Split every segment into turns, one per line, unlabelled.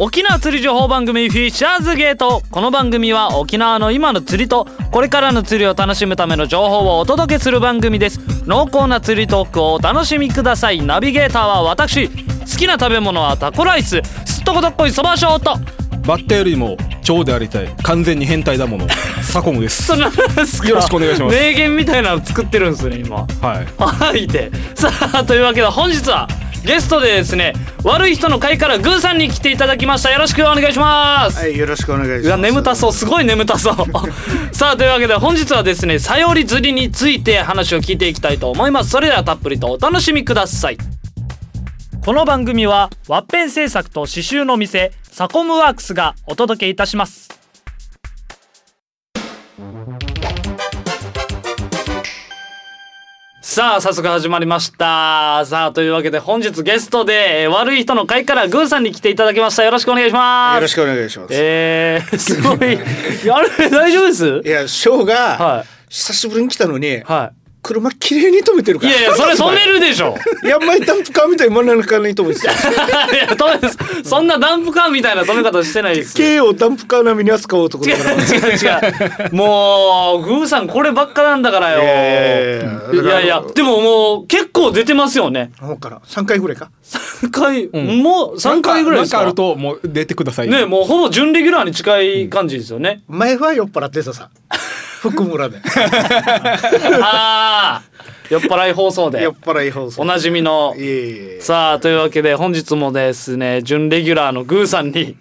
沖縄釣り情報番組フィッシャーズゲートこの番組は沖縄の今の釣りとこれからの釣りを楽しむための情報をお届けする番組です濃厚な釣りトークをお楽しみくださいナビゲーターは私好きな食べ物はタコライスすっとこどっこいそばショート
バッタよりも蝶でありたい完全に変態だも のサコムです
そんなですか
よろしくお願いします
名言みたいなの作ってるんですね今
はい
はいてさあというわけで本日はゲストでですね悪い人の会からグーさんに来ていただきましたよろしくお願いします、
はい、よろしくお願いします。
うわ眠たそうすごい眠たそうさあという わけで本日はですねさより釣りについて話を聞いていきたいと思いますそれではたっぷりとお楽しみくださいこの番組はワッペン製作と刺繍の店サコムワークスがお届けいたしますさあ早速始まりましたさあというわけで本日ゲストで、えー悪い人の会からグーさんに来ていただきましたよろしくお願いします
よろしくお願いします。
えー、すごい。あれ、大丈夫です
いや、ショー
は
が
い
久しぶりに来たのに、
は
車綺麗に止めてる
い。
か
い
ら。
やいや、それ染めるでしょ。
やんまいダンプカーみたいに真ん中に止めて た。
いや、止め、そんなダンプカーみたいな止め方してないです。違う
軽をダンプカー並みに扱おうところだから。
違う違う。もう、グーさんこればっかなんだからよ。
ええ
いやいや、でももう結構出てますよね。
ほうから三回ぐらいか。
3回、もう3回ぐらいですか
なんかあるともう出てください
ねもうほぼ準レギュラーに近い感じですよね。
前は酔っ払ってたさ。福村で。
ああ酔っ払い放送で
酔っ。払い放送。
おなじみの
いえいえ。
さあというわけで本日もですね準レギュラーのグーさんに、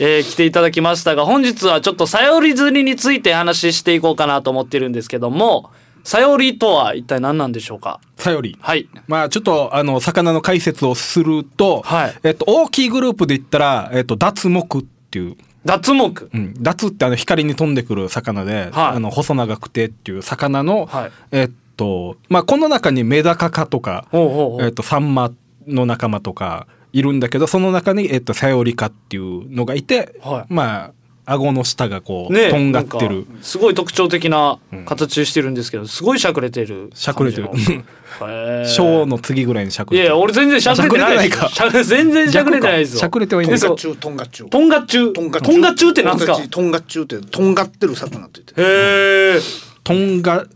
えー来ていただきましたが本日はちょっとさより釣りについて話ししていこうかなと思ってるんですけどもさよりとは一体何なんでしょうか
さより
はい
まあちょっとあの魚の解説をすると、
はい
えっと大きいグループで言ったらえっと脱目っていう
脱目
うん、ダツってあの光に飛んでくる魚で、あの細長くてっていう魚の、
はい
えっとまあこの中にメダカ科とか、
ほうほうほう
えっとサンマの仲間とかいるんだけどその中にえっとサヨリ科っていうのがいて、
はい
まあ顎の下がこう、
ね
とんがってる
なんかすごい特徴的な形してるんですけどすごいしゃくれてる
しゃくれてる
感じ のへー
小の次ぐらいにしゃく
いやい
れて
や
る
俺全然しゃくれてないです
しゃくれてな
し
いか
ゃく全然しゃくれてないですよ
しゃくれてはいない
で
け
そ
ど
う
中トンガ中。
とんがっちゅう
ト
と
ンガ
んがっちゅうってなんですか
トンガ中ってとんがってる魚って言って。
へえ。
とんがっ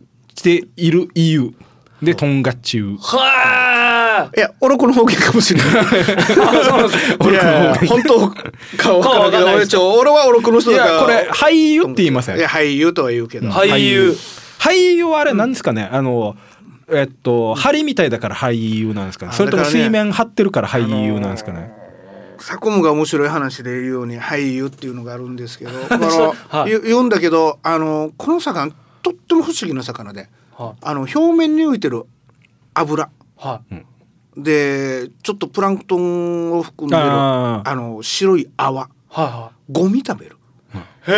ている EU でとんが中
はい
や、オロコの方言かも しれない。
あ。
いやいや本当かわか
顔わか
らんけ
ん
ど
ないで
俺
す
ちょ俺はオロコの人
い
だから
やこれ俳優って言いません
いや俳優とは言うけど、
俳優。
俳優はあれなんですかね、あのえっと針みたいだから俳優なんですかね
あ
それとも
だからね
水面張ってるから俳優なんですかね、
サコムが面白い話で言うように俳優っていうのがあるんです けどあの、
はい
ゆ言うんだけどあのこの魚とっても不思議な魚で
は
あの表面に浮いてる油
はい。
でちょっとプランクトンを含んでる
あ
あ
ー
の白い泡
は
ゴミ食べる
い。へ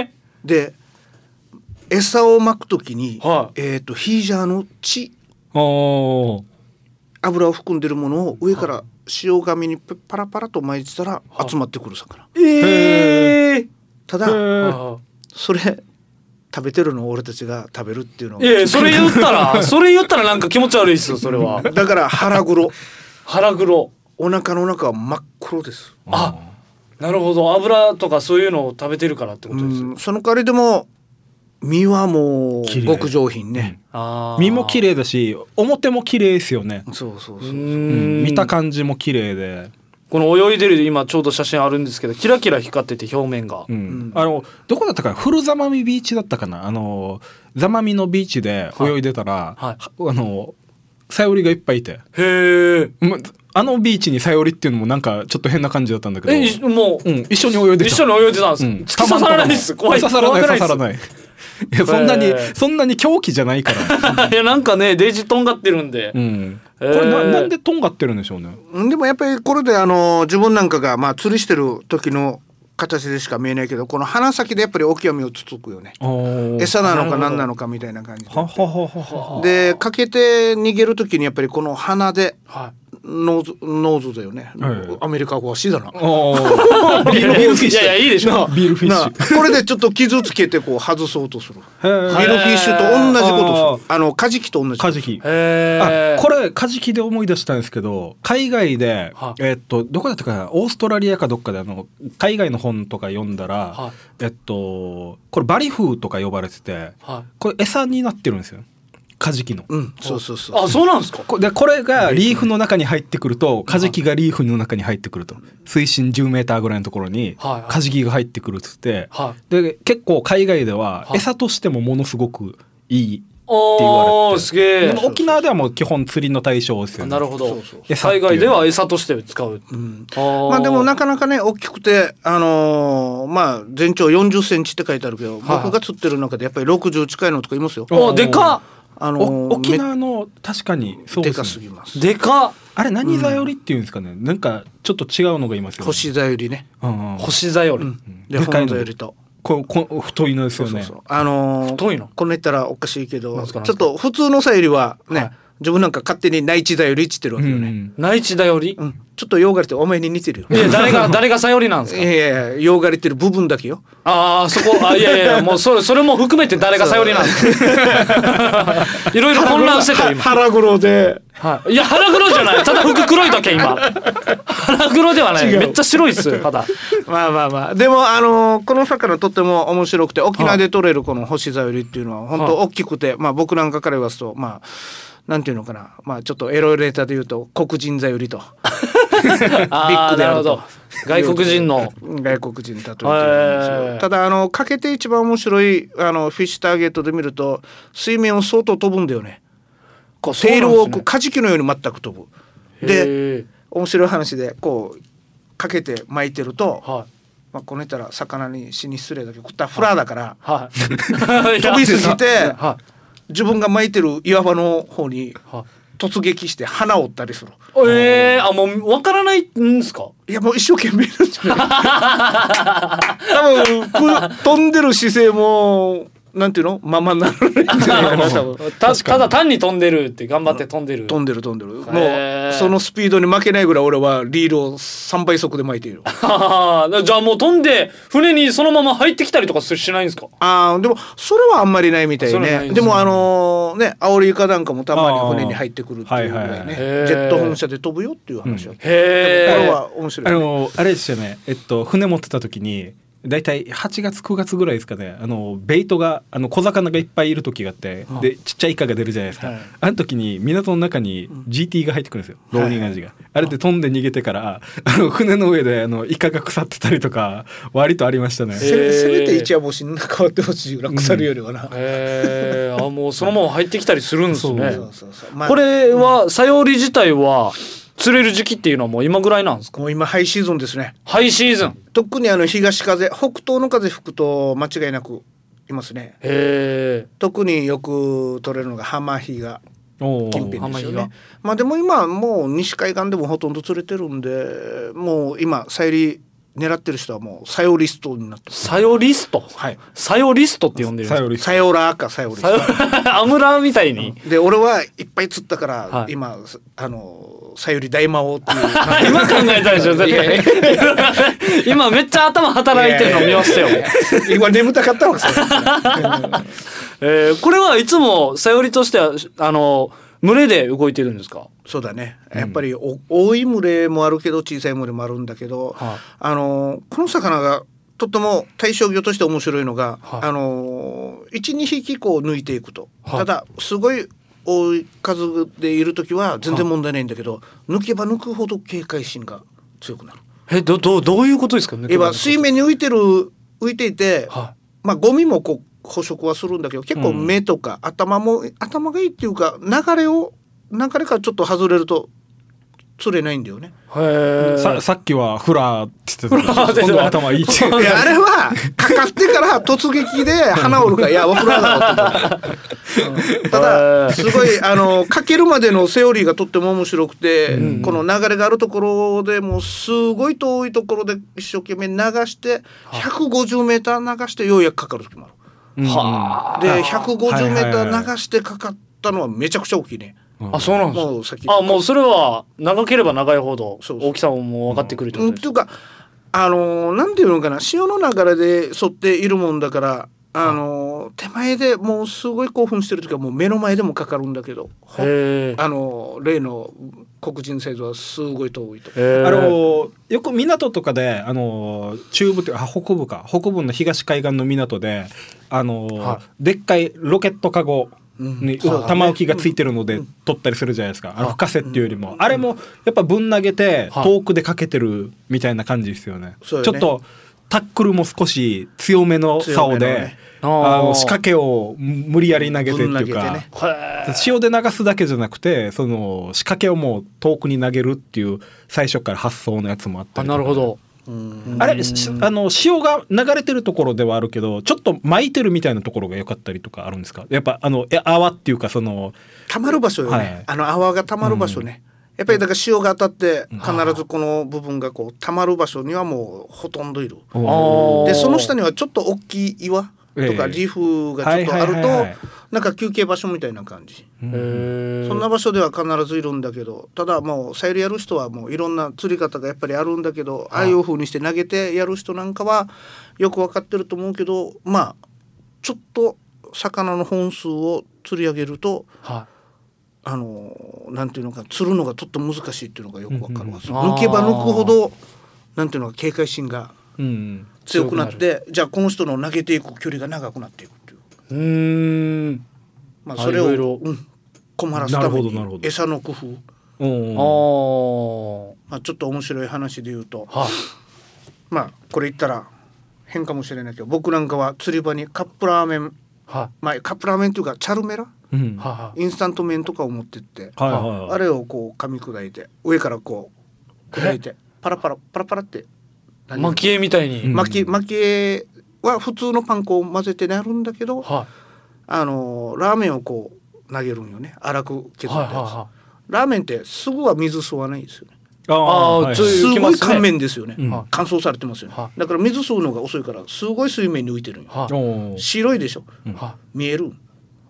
え。
で餌をまくときに、
はい
えー、とヒージャーの血
おー
油を含んでるものを上から塩紙にパラパラと巻いてたら
はい
集まってくる魚
ええ。
た
へ
だ
ー
は
それ食べてるのを俺たちが食べるっていうの
いいやいやそれ言ったら、 それ言ったらなんか気持ち悪いですよ、それは。
だから腹黒
腹黒。
お腹の中は真っ黒です、
あ、なるほど。油とかそういうのを食べてるからってこと
う
ですよ。
ん、その代わりでも身はもう
綺麗
極上品ね、
ああ。
身も綺麗だし表も綺麗ですよね、
そうそう
う
そう、
うん
ん。
見た感じも綺麗で、
この泳いでる今ちょうど写真あるんですけど、キラキラ光ってて表面が
う。ん
うん
あのどこだったかな古ザマミビーチだったかなあのザマミのビーチで泳いでたら、
はい
あのサヨリがいっぱいいて、
へえ。
まあのビーチにサヨリっていうのもなんかちょっと変な感じだったんだけど
え、いもう
う。ん、一緒に泳いでた
一緒に泳いでたんです。
うん
突き刺さらないです。怖い。
刺さらない
怖く
刺さ
っす
らない。いやそんなに、
えー
そんなに狂気じゃないから。
いやなんかねデイジとんがってるんで、
うん。こ
えー
れな,、なんでとんがってるんでしょうね。
うんでもやっぱりこれであの自分なんかがまあ釣りしてる時の形でしか見えないけどこの鼻先でやっぱりオキアミをつつくよね餌なのか何なのかみたいな感じで
ははははは。
でかけて逃げる時にやっぱりこの鼻で
は
ノーズノーズだよね、
はい
アメリカ語はシだな
おービールフィッシュ
いやいやいいでしょ
なビールフィッシ
な
ュ
これでちょっと傷つけてこう外そうとする
へー
ビルフィッシュと同じことするあのカジキと同じ
カジキ
へ
あこれカジキで思い出したんですけど海外で
は、
えっとどこだったかなオーストラリアかどっかであの海外の本とか読んだら、
は
えっとこれバリフーとか呼ばれてて
は
これ餌になってるんですよカジキの。
うんそうそうそう
あそうなんですか
こでこれがリーフの中に入ってくるとカジキがリーフの中に入ってくると水深1 0メーターぐらいのところに
はいはい
カジキが入ってくるっつって
はい
で結構海外では
はい
餌としてもものすごくいい
おーすげ
で
え
も沖縄ではもう基本釣りの対象ですよね。
なるほど
そうそう
餌ってい
海
う
外では餌として使う
うん
ま
まあでもなかなかね大きくてあのーまあ全長4 0センチって書いてあるけど、
はい
僕が釣ってる中でやっぱり60近いのとかいますよ。
お
おでか
あの
お
ー
沖縄の確かに
め
そう
っで
で
か
す,、
す
ね、
ぎます。
でか
あれ何座よりっていうんですかね、なんかちょっと違うのがいますよね
腰座よりね、
うんうん
星座より、
うん、で
でかい
本
の
座よりと。
ここ 太いのです
そう
よ
そう
ね
そう。あのー
太いの
こんな言ったらおかしいけ
なん
ど、
す
ち
かな
ょっ
んすか
と普通のさよりはね、
はい
自分なんか勝手に内地座よりっつってるわけよ
う
ね。
ん
内地だより、
うん、ちょっと洋がりってお前に似てるよ。
いや誰が 誰がさよりなんです
い
か
やいやいや洋がりってる部分だけよ。
ああそこあいやいやもうそれそれも含めて誰がさよりなんですかいろいろ混乱してたよ今
腹黒で。
はい、いや腹黒じゃないただ服黒いだけ今腹黒ではないめっちゃ白いっす肌
まあまあまあでもあのーこの魚とっても面白くて沖縄で取れるこの星座よりっていうのは本当大きくてまあ僕なんかから言わすとまあなんていうのかなまあちょっとエロレーターで言うと黒人座よりと
あー
で
なる
あ
ほ
ると
ど外国人の
外国人だと言ってるんです
へー
よただあのかけて一番面白いあのフィッシュターゲットで見ると水面を相当飛ぶんだよねこう
そうなん
テ
で
ー
すね
ルをこうカジキのように全く飛ぶで
へー
面白い話でこうかけて巻いてると
はい
まあ、この人ら魚に死に失礼だけどこったフラーだから
はい
飛びすぎて
いやは
自分が巻いてる岩場の方に
いは
突撃して花を折ったりする
いえー、あもうわからないんですか
いやもう一生懸命なんじゃない多分く飛んでる姿勢もなんていうのままならないんじゃないかな多分
たただ単に飛んでるって頑張って飛んでる
飛んでる飛んでる
へ
も
ー
うそのスピードに負けないぐらい俺はリールを3倍速で巻いている
ははじゃあもう飛んで船にそのまま入ってきたりとかしないんですか
あーでもそれはあんまりないみたい
それはない
ね
ですね
でもあのーねアオリイカなんかもたまに船に入ってくるっていうぐら
あーはい
い
はいは
ね
い
ジェット本社で飛ぶよっていう話は聞いた
へ
これ
え
は面白
あ
い、
のあれですよねえっと船持ってた時に大体8月9月ぐらいですかねあのベイトがあの小魚がいっぱいいる時があってでちっちゃいイカが出るじゃないですか、
はい
あの時に港の中に GT が入ってくるんですよローニンガジが、あれで飛んで逃げてからあの船の上であのイカが腐ってたりとか割とありましたね、
へ
せめせめて
えー
一夜干しに変わってほしいぐらい腐るよりはな、
へえあもうそのまま入ってきたりするんですね
そうそうそうまあ
これはさより自体は釣れる時期っていうのはもう今ぐらいなんですか
もう今ハイシーズンですね
ハイシーズン
特にあの東風北東の風吹くと間違いなくいますね
へえ
特によく取れるのがハマヒが
おー
近辺ですよ
ハマヒガ
ねまあでも今もう西海岸でもほとんど釣れてるんでもう今サヨリ狙ってる人はもうサヨリストになってます
さよリスト
はい
さよリストって呼んでるんで
さ
すか
より
サヨラーかサヨリス
さよ
ト
アムラーみたいに
で俺はいっぱい釣ったから、
はい
今あのサヨリ大魔王っ ていう
今考えたでしょ絶
いやい
対今めっちゃ頭働いてるの見ましたよ
今眠たかったわそれ
えーこれはいつもさよりとしてはあの群れで動いてるんですか
そうだねやっぱりお多い群れもあるけど小さい群れもあるんだけど、
はい
あのこの魚がとっても対象魚として面白いのが、
はい
あの12匹こう抜いていくと、
はい
ただすごい多い数でいる時は全然問題ないんだけど、抜けば抜くほど警戒心が強くなる。
えどどうどういうことですか抜け
今
殻のこと
水面に浮いてる浮いていて、
はい
まあゴミもこう捕食はするんだけど結構目とか頭も、頭がいいっていうか流れを流れからちょっと外れると釣れないんだよね。
へえ
ささっきはフラーって言って
フラー
た
って
けど今度は頭いいって
いやあれはかかってから突撃で花折る からいやわからなかった。た
へー
だすごいあのかけるまでのセオリーがとっても面白くて、この流れがあるところでもうすごい遠いところで一生懸命流して150メーター流してようやくかかる時もある。
うん
はあ
で150
はい
メ
はい
ータ
はい
ー流してかかったのはめちゃくちゃ大きいね。
あそうなんですか
もう先
あもうそれは長ければ長いほど
そうそう
大きさももう分かってくるってこ
う
と
ん
です
というかあのーなんていうのかな潮の流れで沿っているもんだからあのー手前でもうすごい興奮してる時はもう目の前でもかかるんだけどほ
へえ
あのー例の黒人製造はすごい遠いと。
へー
あのよく港とかであの中部ってあ北部か北部の東海岸の港であの、
は
でっかいロケットカゴに、
うんはい
玉置きがついてるので、取ったりするじゃないですかあの
はい
深瀬っていうよりも、あれもやっぱぶん投げて、
はい
遠くでかけてるみたいな感じですよね
そうよ
ち
ね
ょっとタックルも少し強めの竿
強め
で、
のね
あ
あー
の仕掛けを無理やり投げてって
ぶん投
い
げ
う
て
か、
ね
へ
潮で流すだけじゃなくてその仕掛けをもう遠くに投げるっていう最初から発想のやつもあっ
え
たりと
な
か
るほど
うん
あれしあの潮が流れてるところではあるけどちょっと巻いてるみたいなところが良かったりとかあるんですかやっぱあのえ泡っていうかその
溜まる場所よね、
はい
あの泡が溜まる場所ね、やっぱりだから潮が当たって必ずこの部分がこう溜まる場所にはもうほとんどいる。
あ
お
ー
でその下にはちょっと大きい岩と
ええ
かリーフがちょっとある
はい
と
はいはいはい
なんか休憩場所みたいな感じ、
へえ
そんな場所では必ずいるんだけどただもうサイルやる人はもういろんな釣り方がやっぱりあるんだけどああいう風にして投げてやる人なんかはよく分かってると思うけどまあちょっと魚の本数を釣り上げると
は
あのなんていうのか釣るのがちょっと難しいっていうのがよくわかる
うん
わ、抜けば抜くほどなんていうのか警戒心が
うん
強くなってじゃあこの人の投げていく距離が長くなっていくっていう、
いうーん
まあ、
あ
それ
い
を
ろいろ
うん、困らすた
な
め
るほどなるほ
に
ど
餌の工夫、
あ
お
ー
まあ、ちょっと面白い話で言うと
はい
まあこれ言ったら変かもしれないけど僕なんかは釣り場にカップラーメン、
は
まあ、カップラーメンというかチャルメラ
ーうん
い
は
は
インスタント麺とかを持ってって
いはい
あれをこう噛み砕いて上からこう砕いてパラパラパラパラって
いはい蒔絵みたいに、
うん
巻き巻き絵は普通のパン粉を混ぜてなるんだけど
は
あのラーメンをこう投げるんよね粗く
い
削った
はいは
や
い
つ、
は
ラーメンってすぐは水吸わないですよね
あー
はい
つい
す
浮き
ご
ま
い
すね
乾麺ですよね、
うん
は
乾燥されてますよね、
は
だから水吸うのが遅いからすごい水面に浮いてるん
い
よ
はい
おー
白いでしょ
は
見える
い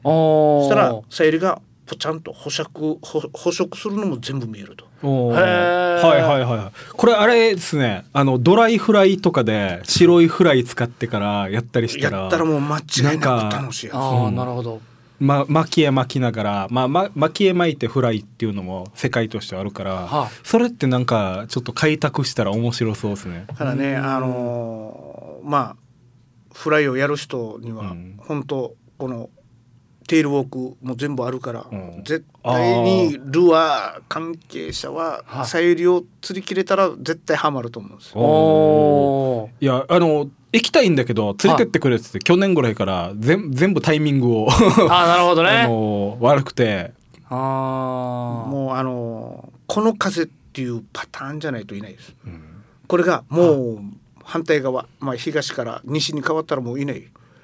お
そしたら
ー
さゆりがポチャンと捕食捕捕食するのも全部見えると
おー
へー
はいはいはいこれあれですねあのドライフライとかで白いフライ使ってからやったりしたら
やったらもう間違いなく楽しいや
ああ
うん
なるほど
ま、巻き絵巻きながら、まあま、巻き絵巻いてフライっていうのも世界としてはあるから、
はい
それってなんかちょっと開拓したら面白そうですね。
つだからねあのーまあフライをやる人に
う
は
ん
本当このテールウォークも全部あるから、
うん
絶対にルアー関係者
は
はいさゆりを釣り切れたら絶対ハマると思うんですよ。
おー
いやあの行きたいんだけど連れてってくれってって、去年ぐらいから全全部タイミングを
ああなるほど
あ
ね
の悪くて
あ
もうあのーこの風っていうパターンじゃないといないです。
ん
これがもう反対側、まあ、東から西に変わったらもういない。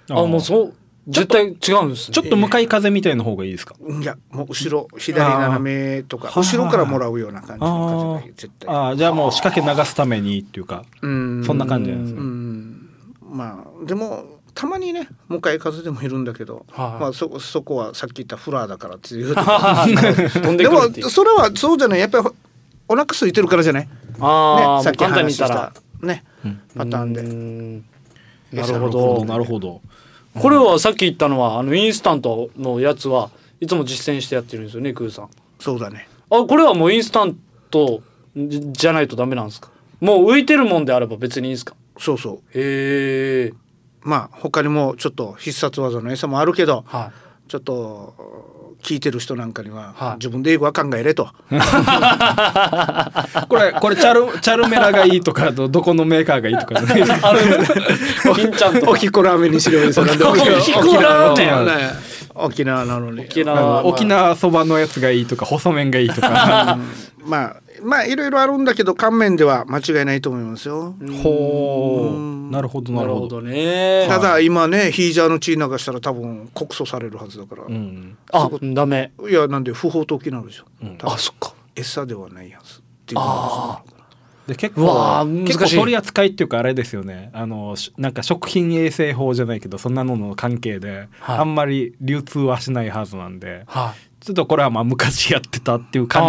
ああもうそう絶対違うんですね
ちょっと向かい風みたいな方がいいですか、
いやもう後ろ左斜めとか
あー
後ろからもらうような感じの風が絶対。
ああじゃあもう仕掛け流すためにっていうか
うん
そんな感じなんです
う
ね
う。んまあでもたまにね向かい風でもいるんだけど、
はい
まあ、そそこはさっき言ったフラーだからっ ていう
飛んで
で
くるっていう
もそれはそうじゃないやっぱりお腹空いてるからじゃない、ね、
ああ、も
さっ
う
き
簡単に
話し
言
た
ったら
ねパターンで
うーんな
餌
るほ
の
ど
なるほど。
これはさっき言ったのはあのインスタントのやつはいつも実践してやってるんですよねクーさんあ
そうだね
これはもうインスタントじじゃないとダメなんですかもう浮いてるもんであれば別にいいんですか
そうそう
へえ
まあ他にもちょっと必殺技の餌もあるけど
は
ちょっと聞いてる人なんかには、
はい
自分で英語は考えれと
これこれチャルチャルメラがいいとかどどこのメーカーがいいとかじゃないです か。
い金ちゃんと
おきこラーメンにしろよそれで
おきこラーメン
沖縄のね
沖
沖縄なのに
あの
縄
沖縄そばのやつがいいとか細麺がいい とか
まあまあいろいろあるんだけど乾麺では間違いないと思いますよ。
ほうなるほど
な
な
る
る
ほ
ほど
どね
ただ今ねヒージャーの血流したら多分告訴されるはずだから、
うん
あダメ
いやなんで不法投棄なんでしょ、多分
あそっか
餌ではないやつっていうあ
で結
うわ
構
ー
結
難
構
しい
取り扱いっていうかあれですよねあのしなんか食品衛生法じゃないけどそんなのの関係で、
はい
あんまり流通はしないはずなんで
は
ちょっとこれはまあ昔やってたっていう感じ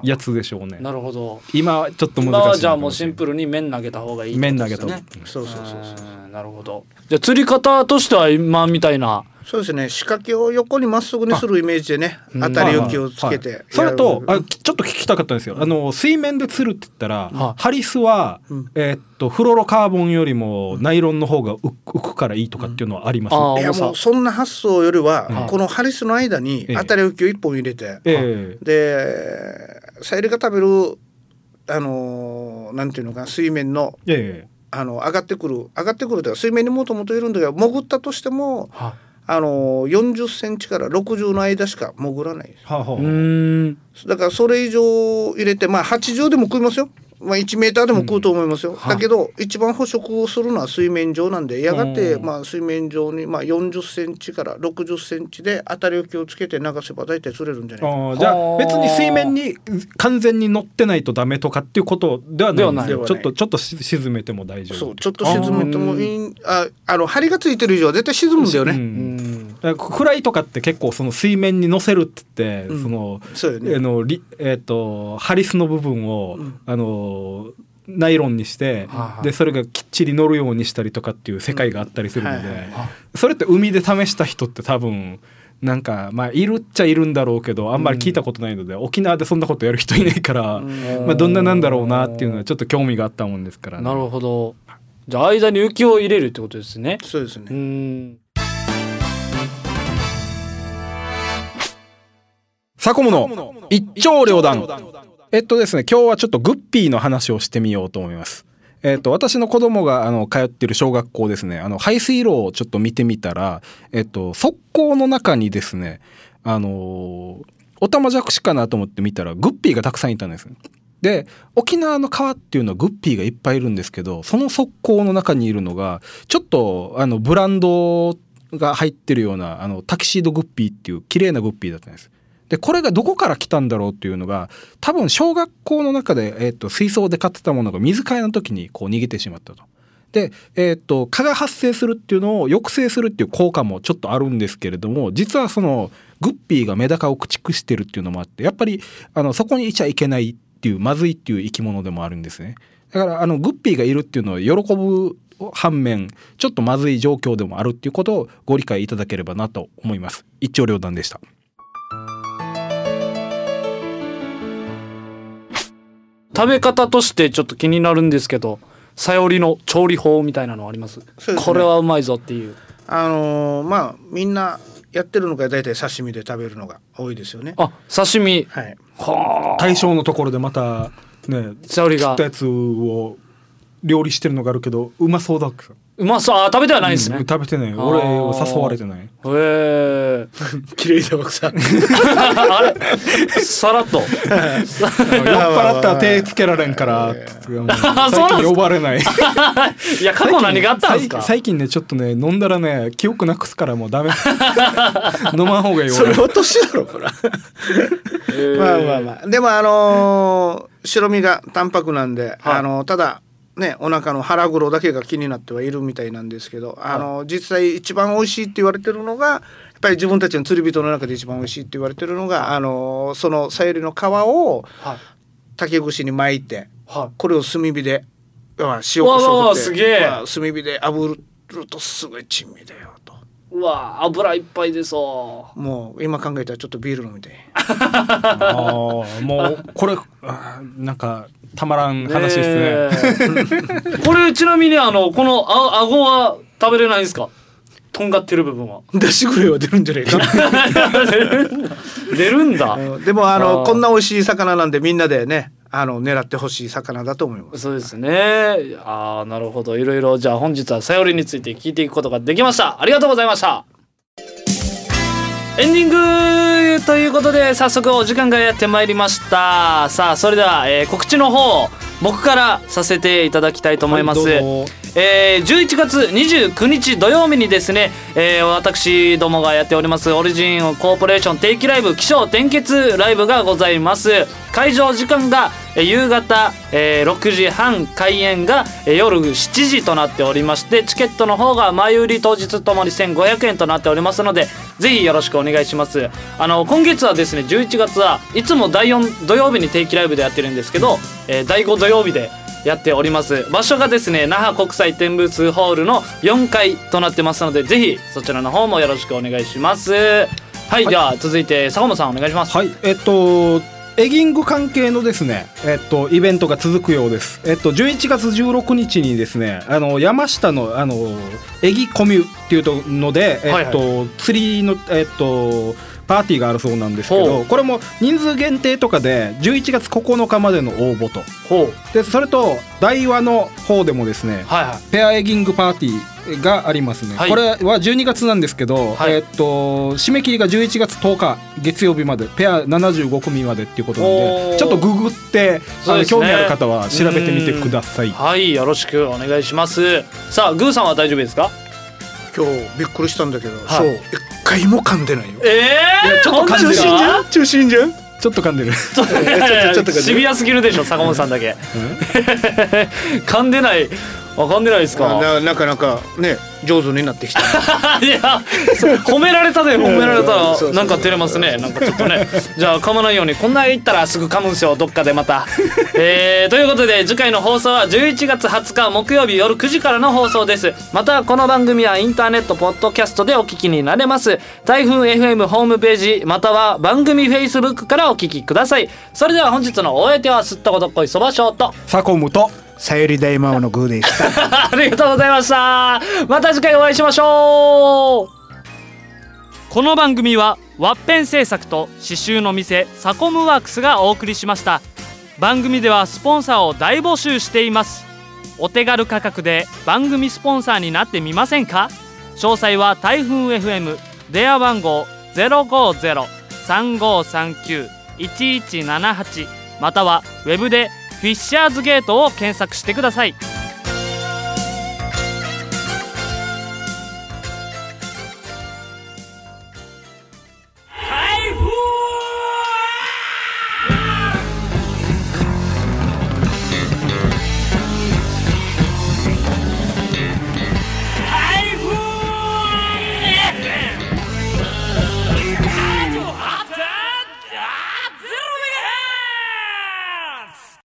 あー
やつでしょうね
なるほど
今はちょっと
今は
難しい
じゃあもうシン
ン
プルに面投げた方がいいって
面
こ
投
とで
げ
す
と、
ね
そうそうそうそう
うんなるほどじゃあ釣り方としては今みたいな
そうですね仕掛けを横にまっすぐにするイメージでね
うん
当たりを気をつけて
はいは
やる
いそれとあきちょっと聞きたかったんですよあの水面で釣るって言ったら、
はい
ハリスは、
うん
えーっとフロロカーボンよりもナイロンの方が浮浮くからいいとかっていうのはあります、
うんあー
いや
重さ
もうそんな発想よりは、
うん
このハリスの間に当たり浮きを一本入れて、
ええ
でサユリが食べるあのーなんていうのかな水面の
え
あの上がってくる上がってくるというか水面にもともといるんだけど潜ったとしても
は
あのー40センチから60の間しか潜らないで
えはあは
う
あ
ーん
すだからそれ以上入れてまあ80でも食いますよ。まあ、1メーターでも食うと思いますよ、
はい
だけど一番捕食をするのは水面上なんでやがて
うん
まあ水面上にまあ40センチから60センチで当たり浮きをつけて流せば大体釣れるんじゃないかな
あーじゃ
はあ
あ別に水面に完全に乗ってないとダメとかっていうことではないんです
で
よ
はない
ちょっとちょっとし沈めても大丈夫
そうちょっと沈めてもいいああの針がついてる以上は絶対沈むんだよね、
う
うんん
だからフライとかって結構その水面に乗せるって言って、
うん
その
そうよ
あ
ね
のリえっとハリスの部分を、
うん
あのナイロンにして、
はいはい
でそれがきっちり乗るようにしたりとかっていう世界があったりするので、
うんはいはい
はい
それって海で試した人って多分なんかまあいるっちゃいるんだろうけどあんまり聞いたことないので、沖縄でそんなことやる人いないから、
うん
まあ、どんななんだろうなっていうのはちょっと興味があったもんですから、
なるほどじゃあ間に浮きを入れるってことですね
そうですね、
うん
サコモの一丁両断えっとですね今日はちょっとグッピーの話をしてみようと思いますえっと私の子供があの通ってる小学校ですねあの排水路をちょっと見てみたらえっと側溝の中にですねあのーオタマジャクシかなと思って見たらグッピーがたくさんいたんですで沖縄の川っていうのはグッピーがいっぱいいるんですけどその側溝の中にいるのがちょっとあのブランドが入ってるようなあのタキシードグッピーっていう綺麗なグッピーだったんです。でこれがどこから来たんだろうっていうのが多分小学校の中で、えー、と水槽で飼ってたものが水替えの時にこう逃げてしまったと。で、えー、と蚊が発生するっていうのを抑制するっていう効果もちょっとあるんですけれども実はそのグッピーがメダカを駆逐してるっていうのもあってやっぱりあのそこにいちゃいけないっていうまずいっていう生き物でもあるんですね。だからあのグッピーがいるっていうのを喜ぶ反面ちょっとまずい状況でもあるっていうことをご理解いただければなと思います。一長両断でした。
食べ方としてちょっと気になるんですけどさよりの調理法みたいなのあります
そうですね
これはうまいぞっていう
あのーまあみんなやってるのが大体刺身で食べるのが多いですよね
あ刺身
はい
はあ
対象のところでまたね
さより
切
が
ったやつを料理してるのがあるけどうまそうだっけ
うまそうあ食べてはないんですね、
うん食べてない
ー
俺は誘われてない
へえ
綺麗だわ さん
あれさらっと
酔っ払ったら手つけられんから
あ そうなん
最
です
近呼ばれない
い や過去何があったんですか
最近ねちょっとね飲んだらね記憶なくすからも うダメ飲まん方がいい
それ
俺
落としだろこれ
えー
まあまあまあでもあのー白身が淡白なんで、あのーただねお腹の腹黒だけが気になってはいるみたいなんですけど、あのー実際一番美味しいって言われてるのがやっぱり自分たちの釣り人の中で一番美味しいって言われてるのが、あのーそのさゆりの皮を
はい
竹串に巻いて
は
これを炭火でまあ塩
わ
コ
あ
シ
わあ
ョ
わあ
ウ振
す
っ
げえ
てまあ炭火で炙るとすごい珍味だよと
いうわあ油いっぱい出そ
もう今考えたらちょっとビール飲みたい。
あーもうこれあーなんかたまらん
う
話ですね、
ねえこれちなみにあのこのあ顎は食べれないんですかとんがってる部分は
出してくれは出るんじゃないか
出るんだ出るんだ
うんでもあの
あー
こんな美味しい魚なんでみんなでねあの狙ってほしい魚だと思いま す。
そうですね。ああ、なるほど。いろいろ、じゃあ本日はさよりについて聞いていくことができました。ありがとうございました。エンディングということで、早速お時間がやってまいりました。さあ、それでは、えー告知の方を僕からさせていただきたいと思います。
はいどうぞ
えー11月29日土曜日にですね、えー私どもがやっておりますオリジンコーポレーション定期ライブ起承転結ライブがございます会場時間が、えー夕方、えー6時半開演が、えー夜7時となっておりましてチケットの方が前売り当日ともに1500円となっておりますのでぜひよろしくお願いしますあの今月はですね11月はいつも第4土曜日に定期ライブでやってるんですけど、えー第5土曜日でやっております場所がですね那覇国際天物ホールの4階となってますのでぜひそちらの方もよろしくお願いしますはい、では続いて坂本さんお願いします
はい、えっと、エギング関係のですね、えっと、イベントが続くようです。えっと、11月16日にですね、あの、山下の、あの、エギコミュっていうとので、えっと、釣りの、えっと、パーティーがあるそうなんですけ
ほ
ど
う
これも人数限定とかで11月9日までの応募と
ほう
でそれと台湾の方でもですね
はいはい
ペアエギングパーティーがありますね、
はい
これは12月なんですけど、
はい
えーっと締め切りが11月10日月曜日までペア75組までっていうことなん
おー
でちょっとググって、あ
そう
の
ですね
興味ある方は調べてみてください
はいよろしくお願いしますさあグーさんは大丈夫ですか
今日びっくりしたんだけど、
はい
そう一回も噛んでないよ
え
い
え
やちょっと感じ
本当
る
ですか
中心じゃん
ちょっと噛んでる
ちょっとちょっと
シビアすぎるでしょ坂本さんだけ 噛んでないあ噛んでないですか
ななかなかね上手になってきた
いやそう褒められたで褒められた
うんそうそう
らなんか照れますねなんかちょっとねじゃあ噛まないようにこんな言ったらすぐ噛むんすよどっかでま たえー、ということで次回の放送は11月20日木曜日夜9時からの放送ですまたこの番組はインターネットポッドキャストでお聞きになれます台風 FM ホームページまたは番組 Facebook からお聞きくださいそれでは本日のお相手はすったことっこいそばしょうと
サコムと
さゆり大魔王のグーでした
ありがとうございましたまた次回お会いしましょうこの番組はワッペン製作と刺繍の店サコムワークスがお送りしました番組ではスポンサーを大募集していますお手軽価格で番組スポンサーになってみませんか詳細は台風 FM 電話番号050-3539-1178またはウェブでフィッシャーズゲートを検索してください